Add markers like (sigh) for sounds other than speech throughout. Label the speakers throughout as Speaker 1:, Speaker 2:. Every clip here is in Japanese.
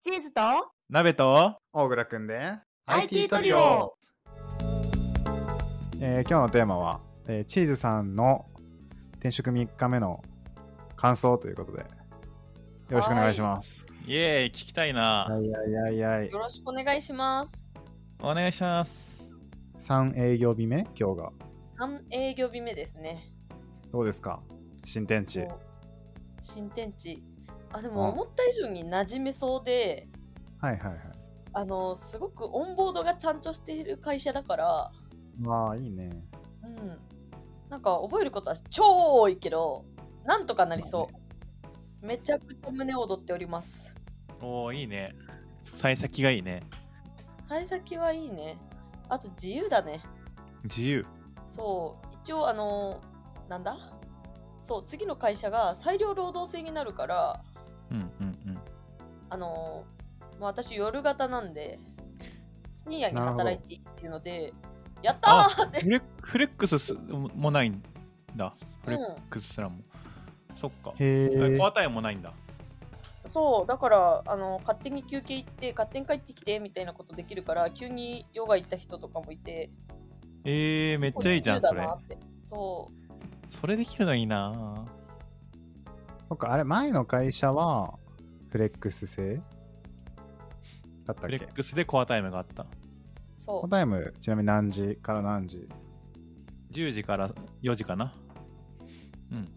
Speaker 1: チーズと
Speaker 2: 鍋と
Speaker 3: 大倉くんで
Speaker 1: IT トリオ、
Speaker 3: えー今日のテーマは、えーチーズさんの転職3日目の感想ということでよろしくお願いします
Speaker 2: イエーイ聞きたいな、
Speaker 3: はいはいはいはい
Speaker 4: よろしくお願いします。
Speaker 2: お願いします
Speaker 3: 3営業日目今日が
Speaker 4: 3営業日目ですね。
Speaker 3: どうですか新天地
Speaker 4: もう新天地。あ、で
Speaker 3: うん
Speaker 4: も思った以上に馴染めそうで、
Speaker 3: はいはいはい
Speaker 4: あの、すごくオンボードがちゃんとしている会社だから、
Speaker 3: まあいいね
Speaker 4: うん。なんか覚えることは超多いけど、なんとかなりそう。めちゃくちゃ胸躍っております。
Speaker 2: おおいいね幸先がいいね
Speaker 4: 幸先はいいね。あと自由だね。
Speaker 2: 自由
Speaker 4: そう、一応あの、なんだそう、次の会社が裁量労働制になるから、
Speaker 2: うんうん
Speaker 4: あのーまあ、私夜型なんで深夜に働いていいっていうのでやったーって
Speaker 2: うんフレフレックスすもないんだフレックスすらも、そっか
Speaker 3: へ
Speaker 2: え
Speaker 3: え
Speaker 2: コアタイムもないんだ
Speaker 4: そうだからあの勝手に休憩行って勝手に帰ってきてみたいなことできるから急にヨガ行った人とかもいて
Speaker 2: えー、めっちゃいいじゃん
Speaker 4: 自
Speaker 2: そ
Speaker 4: 由だ
Speaker 2: れ
Speaker 4: なってそう
Speaker 2: それできるのいいな
Speaker 3: そっかあれ前の会社はフレックス制だった
Speaker 2: フ
Speaker 3: っ
Speaker 2: レ
Speaker 3: け
Speaker 2: ックスでコアタイムがあった
Speaker 4: そ
Speaker 3: コ
Speaker 4: う
Speaker 3: タイムちなみに何時から何時
Speaker 2: 10時から4時かなうん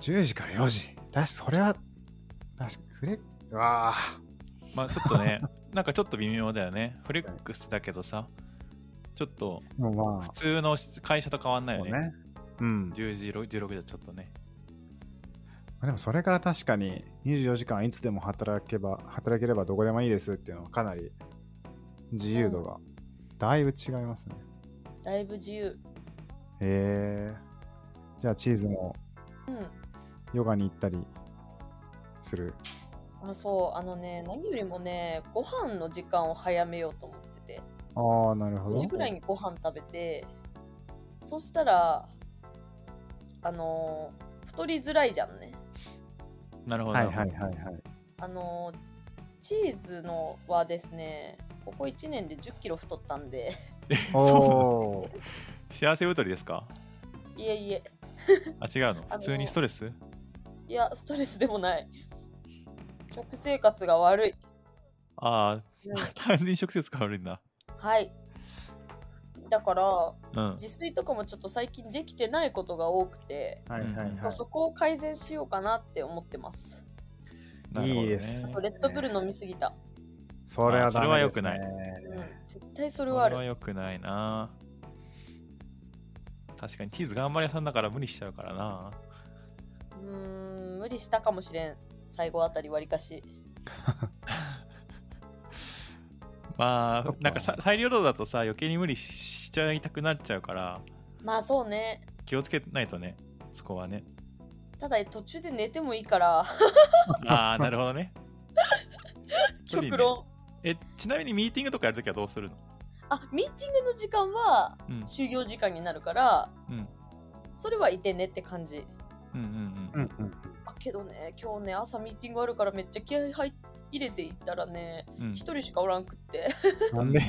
Speaker 3: 10時から4時確かそれは確かフレッうわあ
Speaker 2: まあちょっと (laughs) ねなんかちょっと微妙だよねフレックスだけどさちょっと
Speaker 3: もうまあ
Speaker 2: 普通の会社と変わんないよね
Speaker 3: そううん、ま
Speaker 2: 10時16時じゃちょっとね
Speaker 3: あでもそれから確かに24時間いつでも働けば働ければどこでもいいですっていうのはかなり自由度がだいぶ違いますね、
Speaker 4: だいぶ自由
Speaker 3: へえじゃあチーズも
Speaker 4: うん
Speaker 3: ヨガに行ったりする
Speaker 4: あそうあのね何よりもねご飯の時間を早めようと思ってて
Speaker 3: ああなるほ
Speaker 4: 5
Speaker 3: ど
Speaker 4: 時ぐらいにご飯食べてそしたらあのー太りづらいじゃんね
Speaker 2: なるほど。
Speaker 3: はいはいはいはい
Speaker 4: あのーチーズのはですねここ1年で1 0キロ太ったんで (laughs)
Speaker 3: おお
Speaker 2: 幸せ太りですか
Speaker 4: いえいえ
Speaker 2: あ、違うの。
Speaker 4: あ
Speaker 2: 普通にストレス
Speaker 4: いやストレスでもない食生活が悪い、
Speaker 2: あ
Speaker 4: うん
Speaker 2: あ、 (laughs) 単純食説が悪いんだ。
Speaker 4: はいだから
Speaker 2: うん。
Speaker 4: 自炊とかもちょっと最近できてないことが多くて、
Speaker 3: はいはいはい
Speaker 4: そこを改善しようかなって思ってます
Speaker 2: なるほどね
Speaker 3: いいです
Speaker 4: レッドブル飲みすぎた、
Speaker 3: それはダメです、ね、
Speaker 2: それは良
Speaker 4: うん、絶対そ
Speaker 2: そ
Speaker 4: れ
Speaker 2: れ
Speaker 4: はある
Speaker 2: は良くないな。確かにチーズ頑張り屋さんだから無理しちゃうからな。
Speaker 4: うーん無理したかもしれん最後あたりわりかし
Speaker 2: ま
Speaker 3: そ
Speaker 2: あ
Speaker 3: っか、
Speaker 2: なんかさ裁量労働だとさ、余計に無理しちゃいたくなっちゃうから、
Speaker 4: まあそうね
Speaker 2: 気をつけないとね、そこはね。
Speaker 3: (laughs)
Speaker 4: ただ途中で寝てもいいから
Speaker 2: ああ、なるほどね。無理ね
Speaker 4: 極論
Speaker 2: え、ちなみにミーティングとかやるときはどうするの
Speaker 4: あミーティングの時間は
Speaker 2: うん。
Speaker 4: 就業時間になるから
Speaker 2: うん。
Speaker 4: それはいてねって感じ
Speaker 2: うんうん
Speaker 3: う
Speaker 2: うん。
Speaker 3: んうん
Speaker 4: あけどね今日ね朝ミーティングあるからめっちゃ気合入入れていったらね
Speaker 2: うん
Speaker 4: 一、 (laughs) 人しかおらんくって (laughs)
Speaker 3: なんで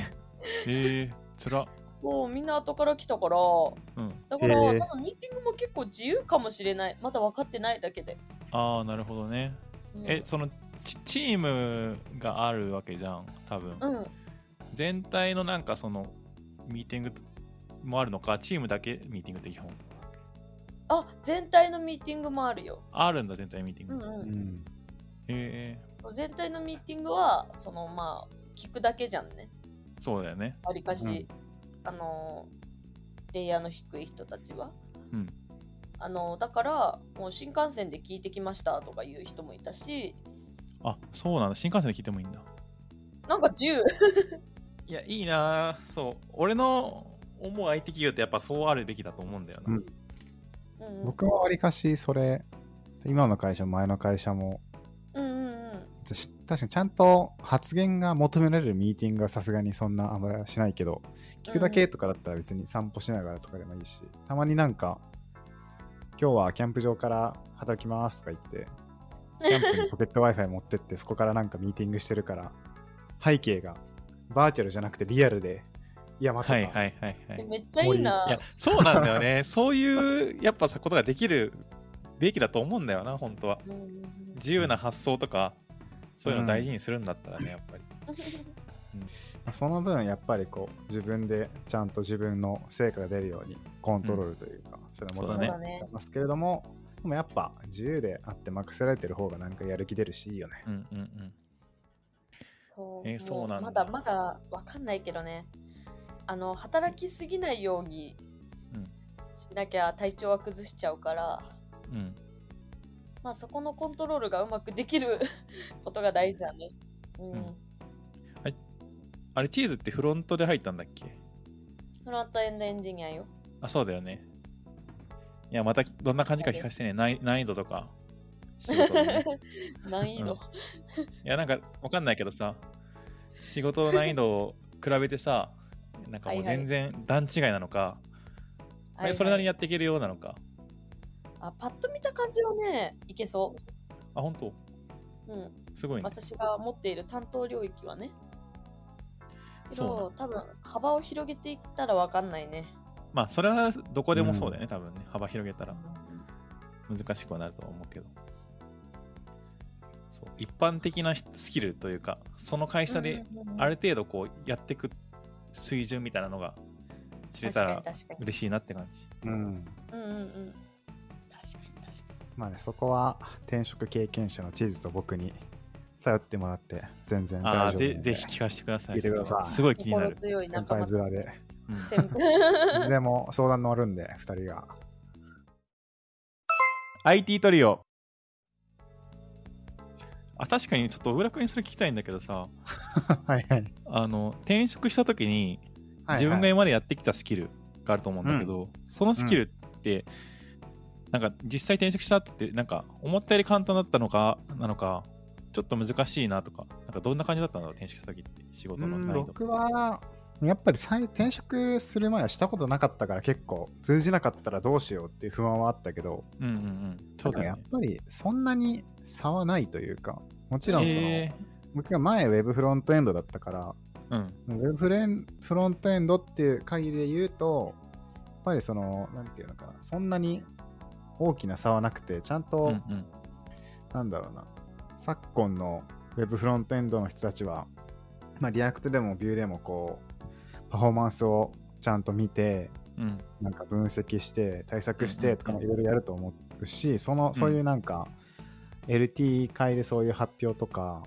Speaker 2: ええー、つら。
Speaker 4: もうみんな後から来たから
Speaker 2: うん。
Speaker 4: だから
Speaker 3: へえ
Speaker 4: 多分ミーティングも結構自由かもしれないまだ分かってないだけで、
Speaker 2: ああ、なるほどね。
Speaker 4: うん、
Speaker 2: えそのチチームがあるわけじゃん多分、
Speaker 4: うん
Speaker 2: 全体のなんかそのミーティングもあるのかチームだけミーティングって基本
Speaker 4: あ全体のミーティングもあるよ
Speaker 2: あるんだ全体ミーティン
Speaker 4: う
Speaker 2: グ、
Speaker 4: ん
Speaker 2: へ
Speaker 4: うん
Speaker 3: うん
Speaker 2: え
Speaker 4: 全体のミーティングはそのまあ聞くだけじゃんね
Speaker 2: そうだよね
Speaker 4: わりかし、
Speaker 3: うん
Speaker 4: あのレイヤーの低い人たちは
Speaker 2: うん
Speaker 4: あのだからもう新幹線で聞いてきましたとかいう人もいたし
Speaker 2: あそうなんだ新幹線で聞いてもいいんだ
Speaker 4: なんか自由
Speaker 2: いやいいなぁそう俺の思う IT 企業ってやっぱそうあるべきだと思うんだよな、
Speaker 3: うん
Speaker 4: うんうん
Speaker 3: 僕はわりかしそれ今の会社も前の会社も
Speaker 4: うんうんうん
Speaker 3: し確かにちゃんと発言が求められるミーティングはさすがにそんなあんまりはしないけど聞くだけとかだったら別に散歩しながらとかでもいいし、たまになんか今日はキャンプ場から働きますとか言ってキャンプにポケット Wi-Fi 持ってって、そこからなんかミーティングしてるから、背景がバーチャルじゃなくてリアルで、山とか、
Speaker 2: はいはいはいはい。
Speaker 4: めっちゃいい
Speaker 2: い
Speaker 4: な
Speaker 2: や。そうなんだよねそういうやっぱさことができるべきだと思うんだよな本当は
Speaker 4: うんうんうん
Speaker 2: 自由な発想とかそういうの大事にするんだったらね、やっぱり
Speaker 3: まあその分やっぱりこう自分でちゃんと自分の成果が出るようにコントロールというか、それを求め
Speaker 2: そうだ
Speaker 4: ね
Speaker 3: てますけれども、でもやっぱ自由であって任せられてる方がなんかやる気出るしいいよね。
Speaker 2: うんうんうん
Speaker 4: そう
Speaker 2: えーそうなんだ
Speaker 4: もまだまだわかんないけどね。あの働きすぎないように
Speaker 2: うん
Speaker 4: しなきゃ体調は崩しちゃうから、
Speaker 2: うん
Speaker 4: まあそこのコントロールがうまくできる (laughs) ことが大事だね。うん。
Speaker 2: うんあれチーズってフロントで入ったんだっけ
Speaker 4: フロントエンドエンジニアよ。
Speaker 2: あそうだよねいやまたどんな感じか聞かせてね難難易度とか仕事の (laughs) ね
Speaker 4: 難易度。
Speaker 2: いやなんかわかんないけどさ仕事の難易度を比べてさなんかもう全然段違いなのか、
Speaker 4: はいはい
Speaker 2: それなりにやっていけるようなのか
Speaker 4: あパッと見た感じはね、いけそ
Speaker 2: あ本当
Speaker 4: う。うん。
Speaker 2: すごいね
Speaker 4: 私が持っている担当領域はね。け
Speaker 2: そう
Speaker 4: ど、多分幅を広げていったらわかんないね。
Speaker 2: まあそれはどこでもそうだよね、多分ね幅広げたら難しくはなるとは思うけどそう一般的なひスキルというかその会社で
Speaker 4: うんうんうん
Speaker 2: ある程度こうやってく水準みたいなのが知れたら
Speaker 4: 確かに確かに。
Speaker 2: 嬉しいなって感じ
Speaker 3: うん
Speaker 4: うんうんうん。確かに確か
Speaker 3: まあね、そこは転職経験者のチーズと僕に頼ってもらって全然
Speaker 2: あ
Speaker 3: 大
Speaker 2: あ
Speaker 3: 丈夫
Speaker 2: ぜ
Speaker 3: なの
Speaker 2: ぜ
Speaker 3: で
Speaker 2: ひ聞かせてください
Speaker 3: 聞いてください
Speaker 2: すごい
Speaker 4: に。
Speaker 2: 気にな
Speaker 4: 心
Speaker 2: る、
Speaker 4: 強い
Speaker 3: 先
Speaker 4: 仲
Speaker 3: 輩
Speaker 4: 間。
Speaker 3: 面で
Speaker 2: うん
Speaker 4: 先
Speaker 3: いつ
Speaker 2: (laughs)
Speaker 4: 輩
Speaker 3: でも相談乗るんで2人が (laughs)
Speaker 2: IT トリオあ確かにちょっと小倉君にそれ聞きたいんだけどさ
Speaker 3: はいはい
Speaker 2: あの転職した時に
Speaker 3: はい
Speaker 2: 自分が
Speaker 3: はい
Speaker 2: 今までやってきたスキルがあると思うんだけど、そのスキルって、なんか実際転職したってなんか思ったより簡単だったのかなのかちょっと難しいなとかなんかどんな感じだったんだろう転職した時って仕
Speaker 3: う
Speaker 2: 事の
Speaker 3: ん
Speaker 2: 難易度
Speaker 3: 僕はやっぱり再転職する前はしたことなかったから結構通じなかったらどうしようっていう不安はあったけど
Speaker 2: うんうんうんそう
Speaker 3: でも
Speaker 2: だ
Speaker 3: や
Speaker 2: よ
Speaker 3: っ
Speaker 2: ね
Speaker 3: ぱりそんなに差はないというかもちろんその、
Speaker 2: え
Speaker 3: 僕が前ウェブフロントエンドだったから
Speaker 2: ーうん
Speaker 3: ウェブフレンフロントエンドっていう限りで言うと、やっぱりその、なんていうのかな、そんなに大きな差はなくて、ちゃんと、
Speaker 2: うんうん
Speaker 3: なんだろうな、昨今のウェブフロントエンドの人たちは、まあ、リアクトでもビューでもこう、パフォーマンスをちゃんと見て、
Speaker 2: うん
Speaker 3: なんか分析して、対策してとか
Speaker 2: うんう
Speaker 3: も
Speaker 2: ん
Speaker 3: いろいろやると思うし、その、そういうなんか、LT 会でそういう発表とか、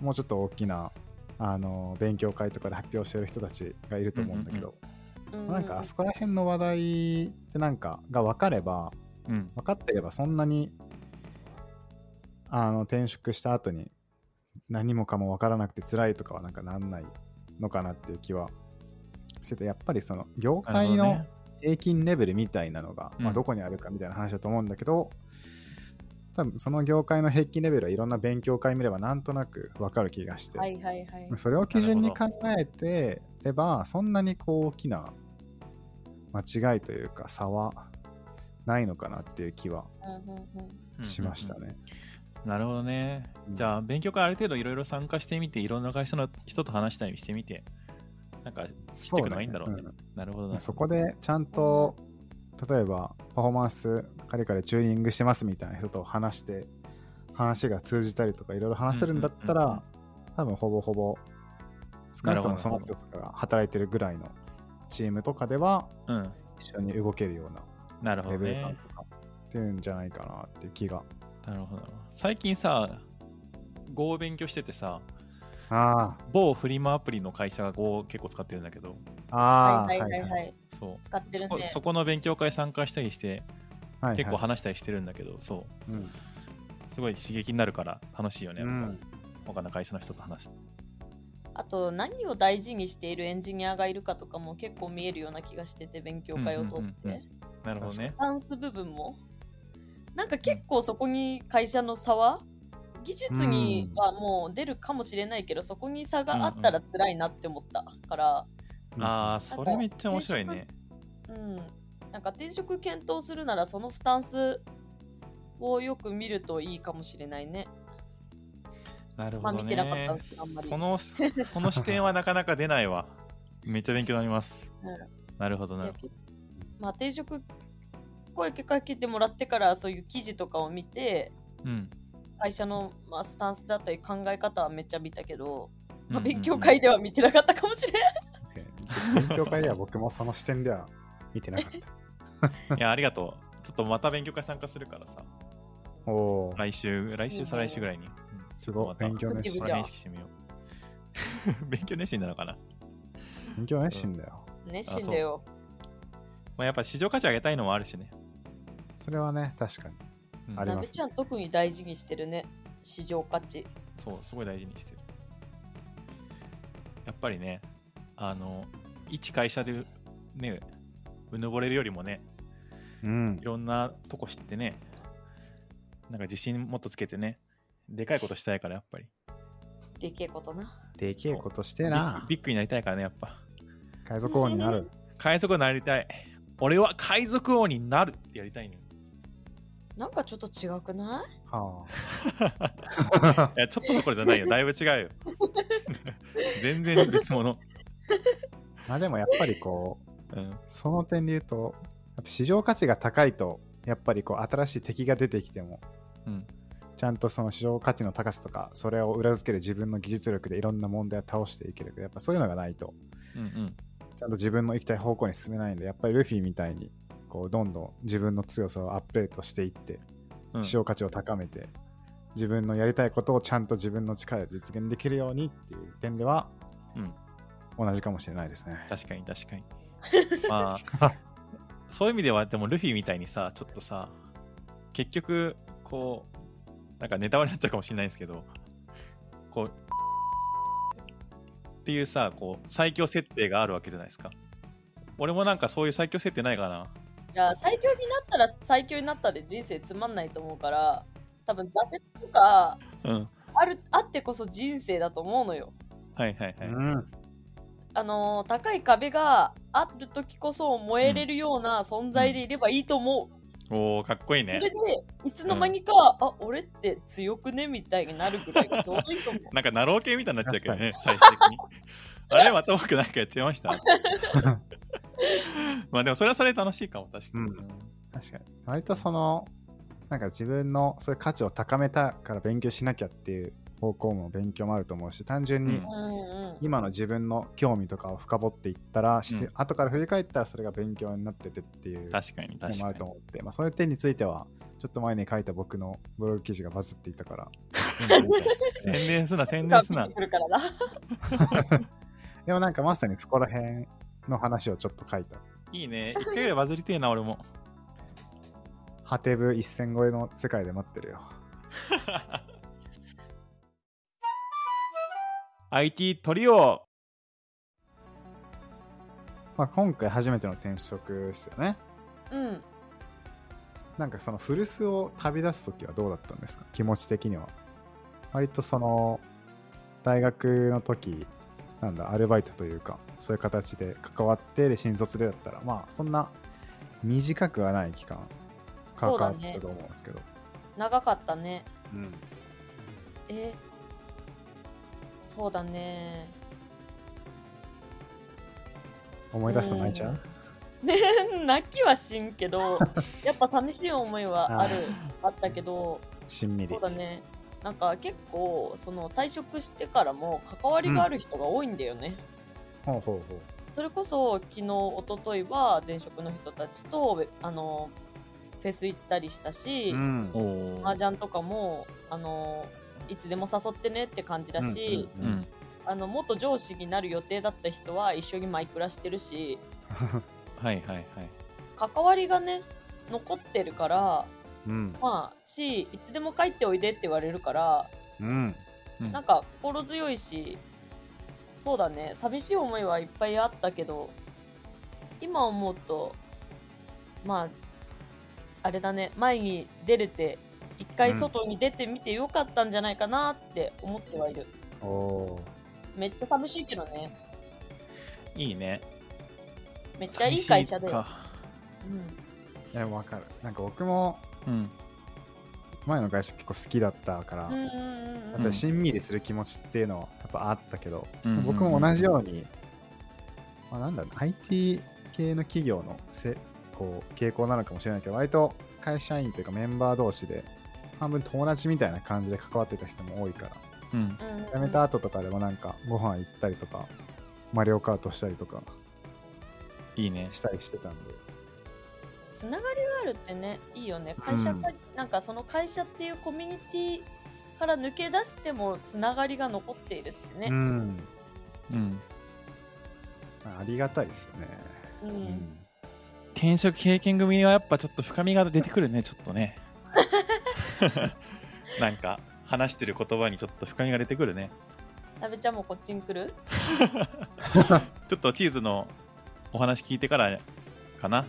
Speaker 3: もうちょっと大きな、あの、勉強会とかで発表してる人たちがいると思うんだけど、なんかあそこら辺の話題ってなんかが分かれば
Speaker 2: うん
Speaker 3: 分かってればそんなにあの転職した後に何もかも分からなくて辛いとかはなんかなんないのかなっていう気はしててやっぱりその業界
Speaker 2: なるほど
Speaker 3: の
Speaker 2: ね
Speaker 3: 平均レベルみたいなのが、
Speaker 2: うん
Speaker 3: まあ、どこにあるかみたいな話だと思うんだけど、多分その業界の平均レベルはいろんな勉強会見ればなんとなく分かる気がして、
Speaker 4: はいはいはい。
Speaker 3: それを基準に考えてれば、そんなにこう大きな間違いというか差はないのかなっていう気は
Speaker 4: うんうんうん
Speaker 3: しましたね。
Speaker 2: なるほどね
Speaker 3: うん
Speaker 2: じゃあ勉強会ある程度いろいろ参加してみていろんな会社の人と話したりしてみてなんか知っていくのがいいんだろうね
Speaker 3: そうだ
Speaker 2: なるほど
Speaker 3: うん
Speaker 2: な
Speaker 3: そこでちゃんと、例えばパフォーマンスカリカリチューニングしてますみたいな人と話して話が通じたりとかいろいろ話せるんだったら、
Speaker 2: うんうんうん
Speaker 3: 多分ほぼほぼ少なくとも
Speaker 2: なる
Speaker 3: そ
Speaker 2: ほ
Speaker 3: の
Speaker 2: ど
Speaker 3: 人とかが働いてるぐらいのチームとかでは
Speaker 2: うん
Speaker 3: 一緒に動けるような
Speaker 2: なるほ
Speaker 3: レ
Speaker 2: ど
Speaker 3: ベル
Speaker 2: ね
Speaker 3: 感とかっていうんじゃないかなっていう気が。
Speaker 2: なるほどな。最近さ、Go を勉強しててさ、
Speaker 3: あ
Speaker 2: 某フリマアプリの会社が Go を結構使ってるんだけど、
Speaker 3: あ、ああ、
Speaker 4: はいはいはいはい。
Speaker 2: そう。
Speaker 4: 使ってる
Speaker 2: そ
Speaker 4: ね
Speaker 2: こ。そこの勉強会参加したりして、
Speaker 3: はい
Speaker 2: 結構
Speaker 3: は
Speaker 2: 話したりしてるんだけど、そう。
Speaker 3: いうん
Speaker 2: すごい刺激になるから楽しいよね。
Speaker 3: う
Speaker 2: やっぱ
Speaker 3: ん
Speaker 2: 他の会社の人と話す。
Speaker 4: あと何を大事にしているエンジニアがいるかとかも結構見えるような気がしてて勉強会を通し
Speaker 2: うんうんうん
Speaker 4: て。
Speaker 2: なるほどね。
Speaker 4: ダンス部分もなんか結構そこに会社の差は技術にはもう出るかもしれないけど、そこに差があったら辛いなって思ったから、
Speaker 2: ああ、それめっちゃ面白いね。
Speaker 4: うん、なんか転職検討するならそのスタンスをよく見るといいかもしれないね。
Speaker 2: なるほ
Speaker 4: まあ
Speaker 2: ど
Speaker 4: 見てなかった
Speaker 2: ね
Speaker 4: んですけどあんまり
Speaker 2: そのその視点はな (laughs) かなか出ないわめっちゃ勉強になります、なるほど
Speaker 4: い
Speaker 2: な
Speaker 4: やけまあ定職声かけてもらってからそういう記事とかを見て
Speaker 2: うん
Speaker 4: 会社の、まあ、スタンスだったり考え方はめっちゃ見たけど、
Speaker 2: うんうん
Speaker 4: まあ、
Speaker 2: うん
Speaker 4: 勉強会では見てなかったかもしれない。
Speaker 3: 確かに勉強会では僕もその視点で (laughs) は見てなかった。
Speaker 2: いやありがとうちょっとまた勉強会参加するからさ
Speaker 3: おお、
Speaker 2: 来週来
Speaker 4: いい
Speaker 2: 週
Speaker 4: ね
Speaker 2: 再来週ぐらいに、うん
Speaker 3: すごい
Speaker 2: ちょっとまた
Speaker 3: 勉強熱
Speaker 4: ポジティ
Speaker 2: これ
Speaker 3: 心
Speaker 4: ブじゃん
Speaker 2: ね意識してみよう (laughs) 勉強熱心なのかな、
Speaker 3: 勉強熱心だよ。
Speaker 4: 熱心だよ。
Speaker 2: まあ、やっぱ市場価値上げたいのもあるしね、
Speaker 3: それはね、確かに。
Speaker 2: うん
Speaker 3: あり
Speaker 4: な
Speaker 3: ま
Speaker 4: べ
Speaker 3: す
Speaker 4: ちゃん特に大事にしてるね。市場価値。
Speaker 2: そうすごい大事にしてるやっぱりねあの一会社でねうぬぼれるよりもね
Speaker 3: うん
Speaker 2: い。ろんなとこ知ってねなんか自信もっとつけてねでかいことしたいからやっぱり
Speaker 4: でけえことな。
Speaker 3: でけえことして
Speaker 2: ビ
Speaker 3: な
Speaker 2: ッ。ビッグになりたいからねやっぱ
Speaker 3: 海賊王にな
Speaker 4: (laughs)
Speaker 3: る。
Speaker 2: 海賊王になりたい俺は海賊王になるってやりたいの、
Speaker 4: なんかちょっと違くない
Speaker 3: はあ
Speaker 2: いやちょっとどころじゃないよだいぶ違うよ (laughs) 全然別物、
Speaker 3: まあでもやっぱりこう、
Speaker 2: うん、
Speaker 3: その点で言うと、やっぱ市場価値が高いと、やっぱりこう新しい敵が出てきても、
Speaker 2: うん
Speaker 3: ちゃんとその市場価値の高さとか、それを裏付ける自分の技術力でいろんな問題を倒していけるけど、やっぱそういうのがないと、
Speaker 2: うんうん
Speaker 3: ちゃんと自分の行きたい方向に進めないんで、やっぱりルフィみたいに、こう、どんどん自分の強さをアップデートしていって、
Speaker 2: うん
Speaker 3: 市場価値を高めて、自分のやりたいことをちゃんと自分の力で実現できるようにっていう点では、
Speaker 2: うん
Speaker 3: 同じかもしれないですね。
Speaker 2: 確かに確かにまあ (laughs) そういう意味ではでもルフィみたいにさちょっとさ結局こうなんかネタバレになっちゃうかもしれないんですけどこうっていうさこう最強設定があるわけじゃないですか俺もなんかそういう最強設定ないかない
Speaker 4: や、最強になったら最強になったで人生つまんないと思うから、多分挫折とか
Speaker 2: うん
Speaker 4: あるあってこそ人生だと思うのよ。
Speaker 2: はいはいはい、
Speaker 3: (laughs) うん。
Speaker 4: あのー高い壁がある時こそ燃えれるような存在でいればいいと思う。
Speaker 2: おおかっこいいね
Speaker 4: それでいつの間にか、あ俺って強くねみたいになるぐらいがちょうどいいと思う。
Speaker 2: なんかナロー系みたいになっちゃうけどね最終的に (laughs) あれまた僕なんかやっちゃいました (laughs) まあでもそれはそれで楽しいかも確かに、
Speaker 3: うん確かに。割とその、なんか自分のそういう価値を高めたから勉強しなきゃっていう方向も勉強もあると思うし、単純に、
Speaker 2: うん
Speaker 4: うんうん、
Speaker 3: 今の自分の興味とかを深掘っていったら、して
Speaker 2: うん
Speaker 3: 後から振り返ったらそれが勉強になっててっていうの
Speaker 2: 確かに確
Speaker 3: もあ
Speaker 2: かに
Speaker 3: ると思って、まあ、そういう点についてはちょっと前に書いた僕のブログ記事がバズっていた
Speaker 2: (laughs)
Speaker 3: から
Speaker 2: 宣伝すな、宣伝すな
Speaker 4: ピンと。くるからな。
Speaker 3: でもなんかまさにそこら辺の話をちょっと書いた
Speaker 2: いいね。一回ぐらいバズりてえな、俺も。
Speaker 3: ハテブ一戦超えの世界で待ってるよ
Speaker 2: IT トリオ
Speaker 3: まあ今回初めての転職ですよね
Speaker 4: うん。
Speaker 3: なんかその古巣を旅立つ時はどうだったんですか気持ち的には割とその大学の時なんだアルバイトというかそういう形で関わってで新卒でだったらまあそんな短くはない期間関
Speaker 4: そう
Speaker 3: わ
Speaker 4: だ
Speaker 3: っ
Speaker 4: ね
Speaker 3: たと。思うんですけど
Speaker 4: 長かったね。
Speaker 3: う,、
Speaker 4: えそうだね。
Speaker 3: 思い出すと泣いちゃう
Speaker 4: ね (laughs) 泣きはしんけど、やっぱ寂しい思いはある、あったけど、
Speaker 3: しんみり
Speaker 4: そうだね。なんか結構その退職してからも関わりがある人が多いんだよね。
Speaker 3: ほうほうほう
Speaker 4: それこそ昨日一昨日は前職の人たちとウェあのフェス行ったりしたし、
Speaker 3: ん
Speaker 2: お
Speaker 4: 麻雀とかもあのいつでも誘ってねって感じだし、
Speaker 3: うんうんうん
Speaker 4: あの元上司になる予定だった人は一緒にマイクラしてるし
Speaker 2: はいはいはい。
Speaker 4: 関わりがね残ってるから
Speaker 3: うん
Speaker 4: まあしいつでも帰っておいでって言われるから
Speaker 3: うん
Speaker 2: うん
Speaker 4: なんか心強いしそうだね寂しい思いはいっぱいあったけど今思うとまああれだね前に出れて一回
Speaker 3: うん
Speaker 4: 外に出てみてよかったんじゃないかなって思ってはいる、
Speaker 3: お (laughs) お
Speaker 4: めっちゃ寂しいけどね
Speaker 2: いいね。
Speaker 4: めっちゃいい会社だ
Speaker 2: 寂し
Speaker 4: よ
Speaker 2: か
Speaker 4: うん
Speaker 3: ーいやわかるなんか僕も
Speaker 2: うん。
Speaker 3: 前の会社結構好きだったから、
Speaker 4: うんうん
Speaker 3: やっ
Speaker 4: うん
Speaker 3: ぱりしんみりする気持ちっていうのはやっぱあったけど、
Speaker 2: うんうんうん
Speaker 3: 僕も同じように、まあ、なんだろう IT 系の企業のせこう傾向なのかもしれないけど割と会社員というかメンバー同士で半分友達みたいな感じで関わってた人も多いから
Speaker 2: うん
Speaker 4: うんうん
Speaker 3: 辞めた後とかでもなんかご飯行ったりとかマリオカートしたりとか
Speaker 2: いいね
Speaker 3: したりしてたんで
Speaker 4: つながりがあるってねいいよね会社か、なんかその会社っていうコミュニティから抜け出してもつながりが残っているって
Speaker 3: う
Speaker 4: ね、
Speaker 3: ん
Speaker 2: うん
Speaker 3: ありがたいですよね、
Speaker 4: うん
Speaker 3: うん
Speaker 2: 転職経験組はやっぱちょっと深みが出てくるねちょっと
Speaker 4: (laughs)
Speaker 2: ね (laughs) なんか話してる言葉にちょっと深みが出てくるね
Speaker 4: 食べちゃんもこっちに来る
Speaker 2: ちょっとチーズのお話聞いてからかな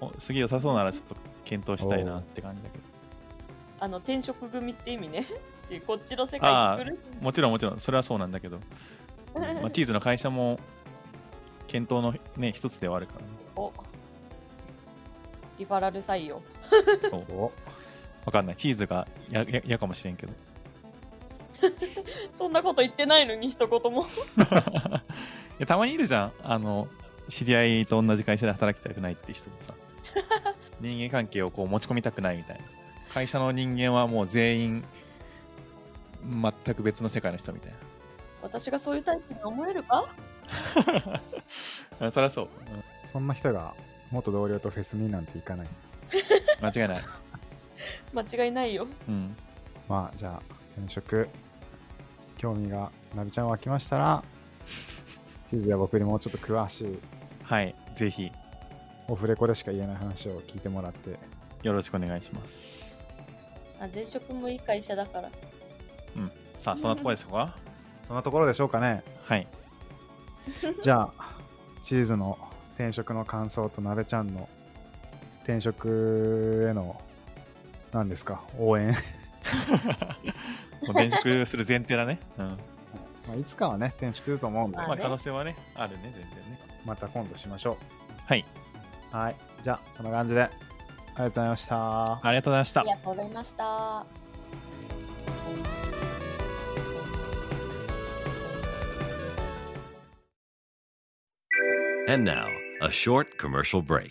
Speaker 2: おすげえ良さそうならちょっと検討したいなって感じだけど
Speaker 4: あの転職組って意味ね (laughs) っていうこっちの世界に来る
Speaker 2: もちろんもちろんそれはそうなんだ (laughs) けど、
Speaker 4: (laughs)
Speaker 2: まあ、チーズの会社も検討のね一つではあるからね
Speaker 4: おリファラル採用
Speaker 3: お
Speaker 2: わかんないチーズがやややかもしれんけ (laughs) ど
Speaker 4: そんなこと言ってないのに一言も (laughs)
Speaker 2: いやたまにいるじゃんあの知り合いと同じ会社で働きたくないって人も (laughs) さ人間関係をこう持ち込みたくないみたいな会社の人間はもう全員全く別の世界の人みたいな
Speaker 4: 私がそういうタイプに思えるか
Speaker 2: あそりゃそう、
Speaker 3: そんな人が元同僚とフェスになんて行かない
Speaker 2: うん間違いない、
Speaker 4: 間違いないよ
Speaker 2: うん、
Speaker 3: まあじゃあ転職興味がなるちゃん湧きました (laughs) らチーズや僕にもうちょっと詳しい
Speaker 2: はいぜひ
Speaker 3: オフレコでしか言えない話を聞いてもらって
Speaker 2: よろしくお願いします
Speaker 4: あ前職もいい会社だから
Speaker 2: うんさあそんなところでしょうか
Speaker 3: そんなところでしょうか (laughs) ね
Speaker 2: はい
Speaker 3: じゃあチーズの転職の感想となべちゃんの転職への何ですか応援
Speaker 2: もう転職する前提だね、 (laughs) うん
Speaker 3: (laughs) まあいつかはね転職すると思うんで
Speaker 4: まあ
Speaker 2: まあ
Speaker 4: ね
Speaker 2: 可能性はねあるね全然ね
Speaker 3: また今度しましょ
Speaker 2: はい、
Speaker 3: うはいじゃあそんな感じでありがとうございました
Speaker 2: ありがとうございまし
Speaker 4: あ
Speaker 2: た
Speaker 4: り。がとうございました
Speaker 5: And now, a short commercial break.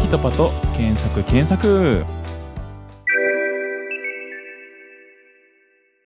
Speaker 2: トパと検索検索。